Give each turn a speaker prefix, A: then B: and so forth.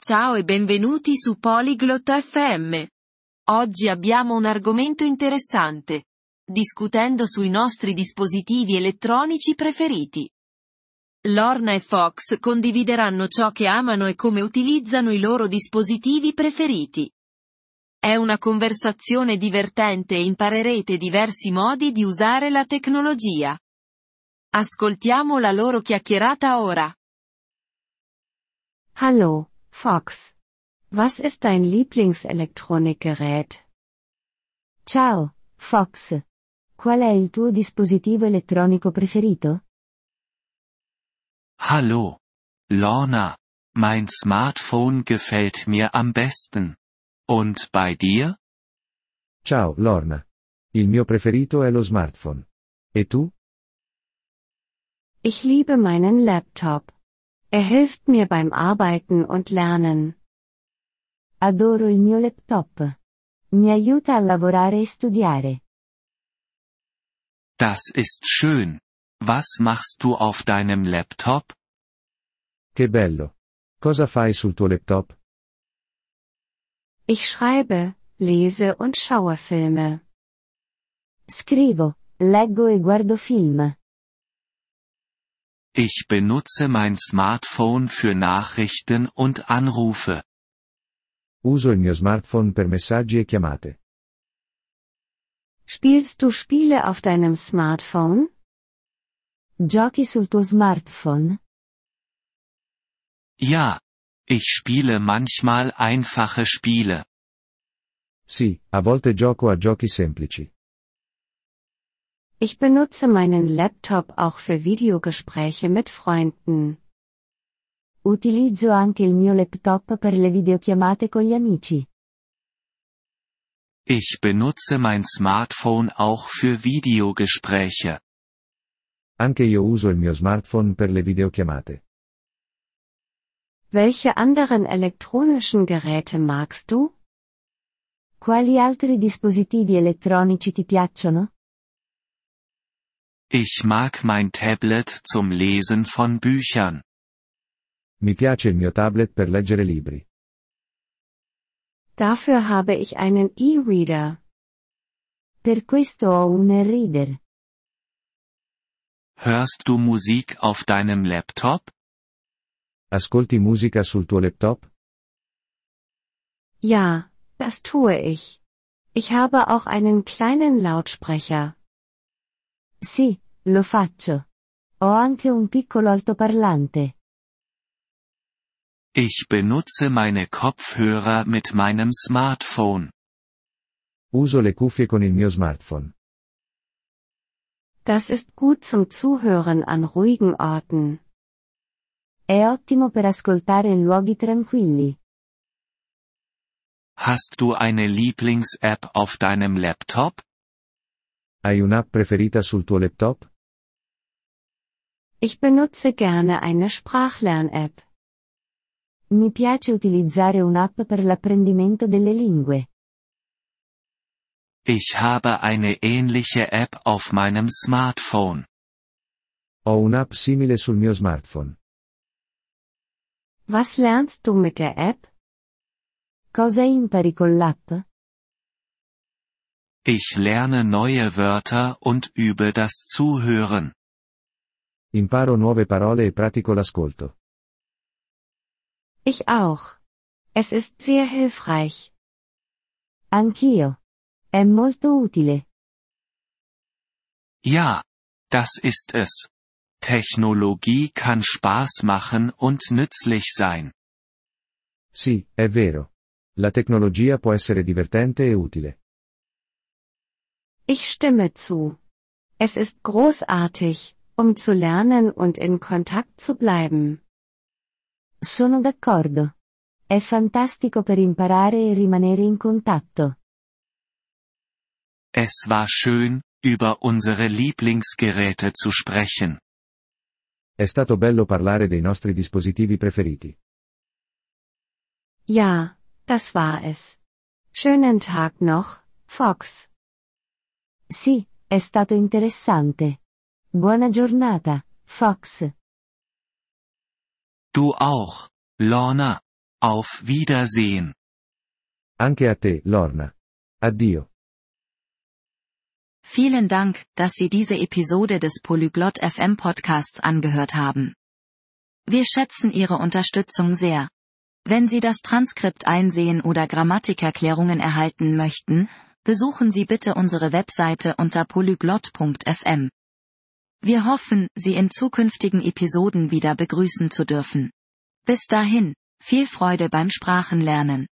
A: Ciao e benvenuti su Polyglot FM. Oggi abbiamo un argomento interessante. Discutendo sui nostri dispositivi elettronici preferiti. Lorna e Fox condivideranno ciò che amano e come utilizzano i loro dispositivi preferiti. È una conversazione divertente e imparerete diversi modi di usare la tecnologia. Ascoltiamo la loro chiacchierata ora.
B: Hallo, Fox. Was ist dein Lieblingselektronikgerät?
C: Ciao, Fox. Qual è il tuo dispositivo elettronico preferito?
D: Hallo. Lorna. Mein Smartphone gefällt mir am besten. Und bei dir?
E: Ciao, Lorna. Il mio preferito è lo smartphone. E tu?
B: Ich liebe meinen Laptop. Er hilft mir beim Arbeiten und Lernen.
C: Adoro il mio laptop. Mi aiuta a lavorare e studiare.
D: Das ist schön. Was machst du auf deinem Laptop?
E: Che bello. Cosa fai sul tuo laptop?
B: Ich schreibe, lese und schaue Filme.
C: Scrivo, leggo e guardo film.
D: Ich benutze mein Smartphone für Nachrichten und Anrufe.
E: Uso il mio smartphone per messaggi e chiamate.
B: Spielst du Spiele auf deinem Smartphone?
C: Giochi sul tuo smartphone?
D: Ja. Ich spiele manchmal einfache Spiele.
E: Sì, a volte gioco a giochi semplici.
B: Ich benutze meinen Laptop auch für Videogespräche mit Freunden.
C: Utilizzo anche il mio laptop per le videochiamate con gli amici.
D: Ich benutze mein Smartphone auch für Videogespräche.
E: Anche io uso il mio smartphone per le videochiamate.
B: Welche anderen elektronischen Geräte magst du?
C: Quali altri dispositivi elettronici ti piacciono?
D: Ich mag mein Tablet zum Lesen von Büchern.
E: Mi piace il mio tablet per leggere libri.
B: Dafür habe ich einen E-Reader.
C: Per questo ho un e-reader.
D: Hörst du Musik auf deinem Laptop?
E: Ascolti musica sul tuo laptop?
B: Ja, das tue ich. Ich habe auch einen kleinen Lautsprecher.
C: Sì, lo faccio. Ho anche un piccolo altoparlante.
D: Ich benutze meine Kopfhörer mit meinem Smartphone.
E: Uso le cuffie con il mio smartphone.
B: Das ist gut zum Zuhören an ruhigen Orten.
C: È ottimo per ascoltare in luoghi tranquilli.
D: Hast du eine Lieblings-App auf deinem Laptop?
E: Hai un'app preferita sul tuo laptop?
B: Ich benutze gerne eine Sprachlern-App.
C: Mi piace utilizzare un'app per l'apprendimento delle lingue.
D: Ich habe eine ähnliche App auf meinem Smartphone.
E: Ho un'app simile sul mio smartphone.
B: Was lernst du mit der App?
C: Cosa impari con l'app?
D: Ich lerne neue Wörter und übe das Zuhören.
E: Imparo nuove parole e pratico l'ascolto.
B: Ich auch. Es ist sehr hilfreich.
C: Anch'io. È molto utile.
D: Ja, das ist es. Technologie kann Spaß machen und nützlich sein.
E: Sì, è vero. La tecnologia può essere divertente e utile.
B: Ich stimme zu. Es ist großartig, um zu lernen und in Kontakt zu bleiben.
C: Sono d'accordo. È fantastico per imparare e rimanere in contatto.
D: Es war schön, über unsere Lieblingsgeräte zu sprechen.
E: È stato bello parlare dei nostri dispositivi preferiti.
B: Ja, das war es. Schönen Tag noch, Fox.
C: Sì, è stato interessante. Buona giornata, Fox.
D: Du auch, Lorna. Auf Wiedersehen.
E: Anche a te, Lorna. Addio.
A: Vielen Dank, dass Sie diese Episode des Polyglot FM Podcasts angehört haben. Wir schätzen Ihre Unterstützung sehr. Wenn Sie das Transkript einsehen oder Grammatikerklärungen erhalten möchten, besuchen Sie bitte unsere Webseite unter polyglot.fm. Wir hoffen, Sie in zukünftigen Episoden wieder begrüßen zu dürfen. Bis dahin, viel Freude beim Sprachenlernen.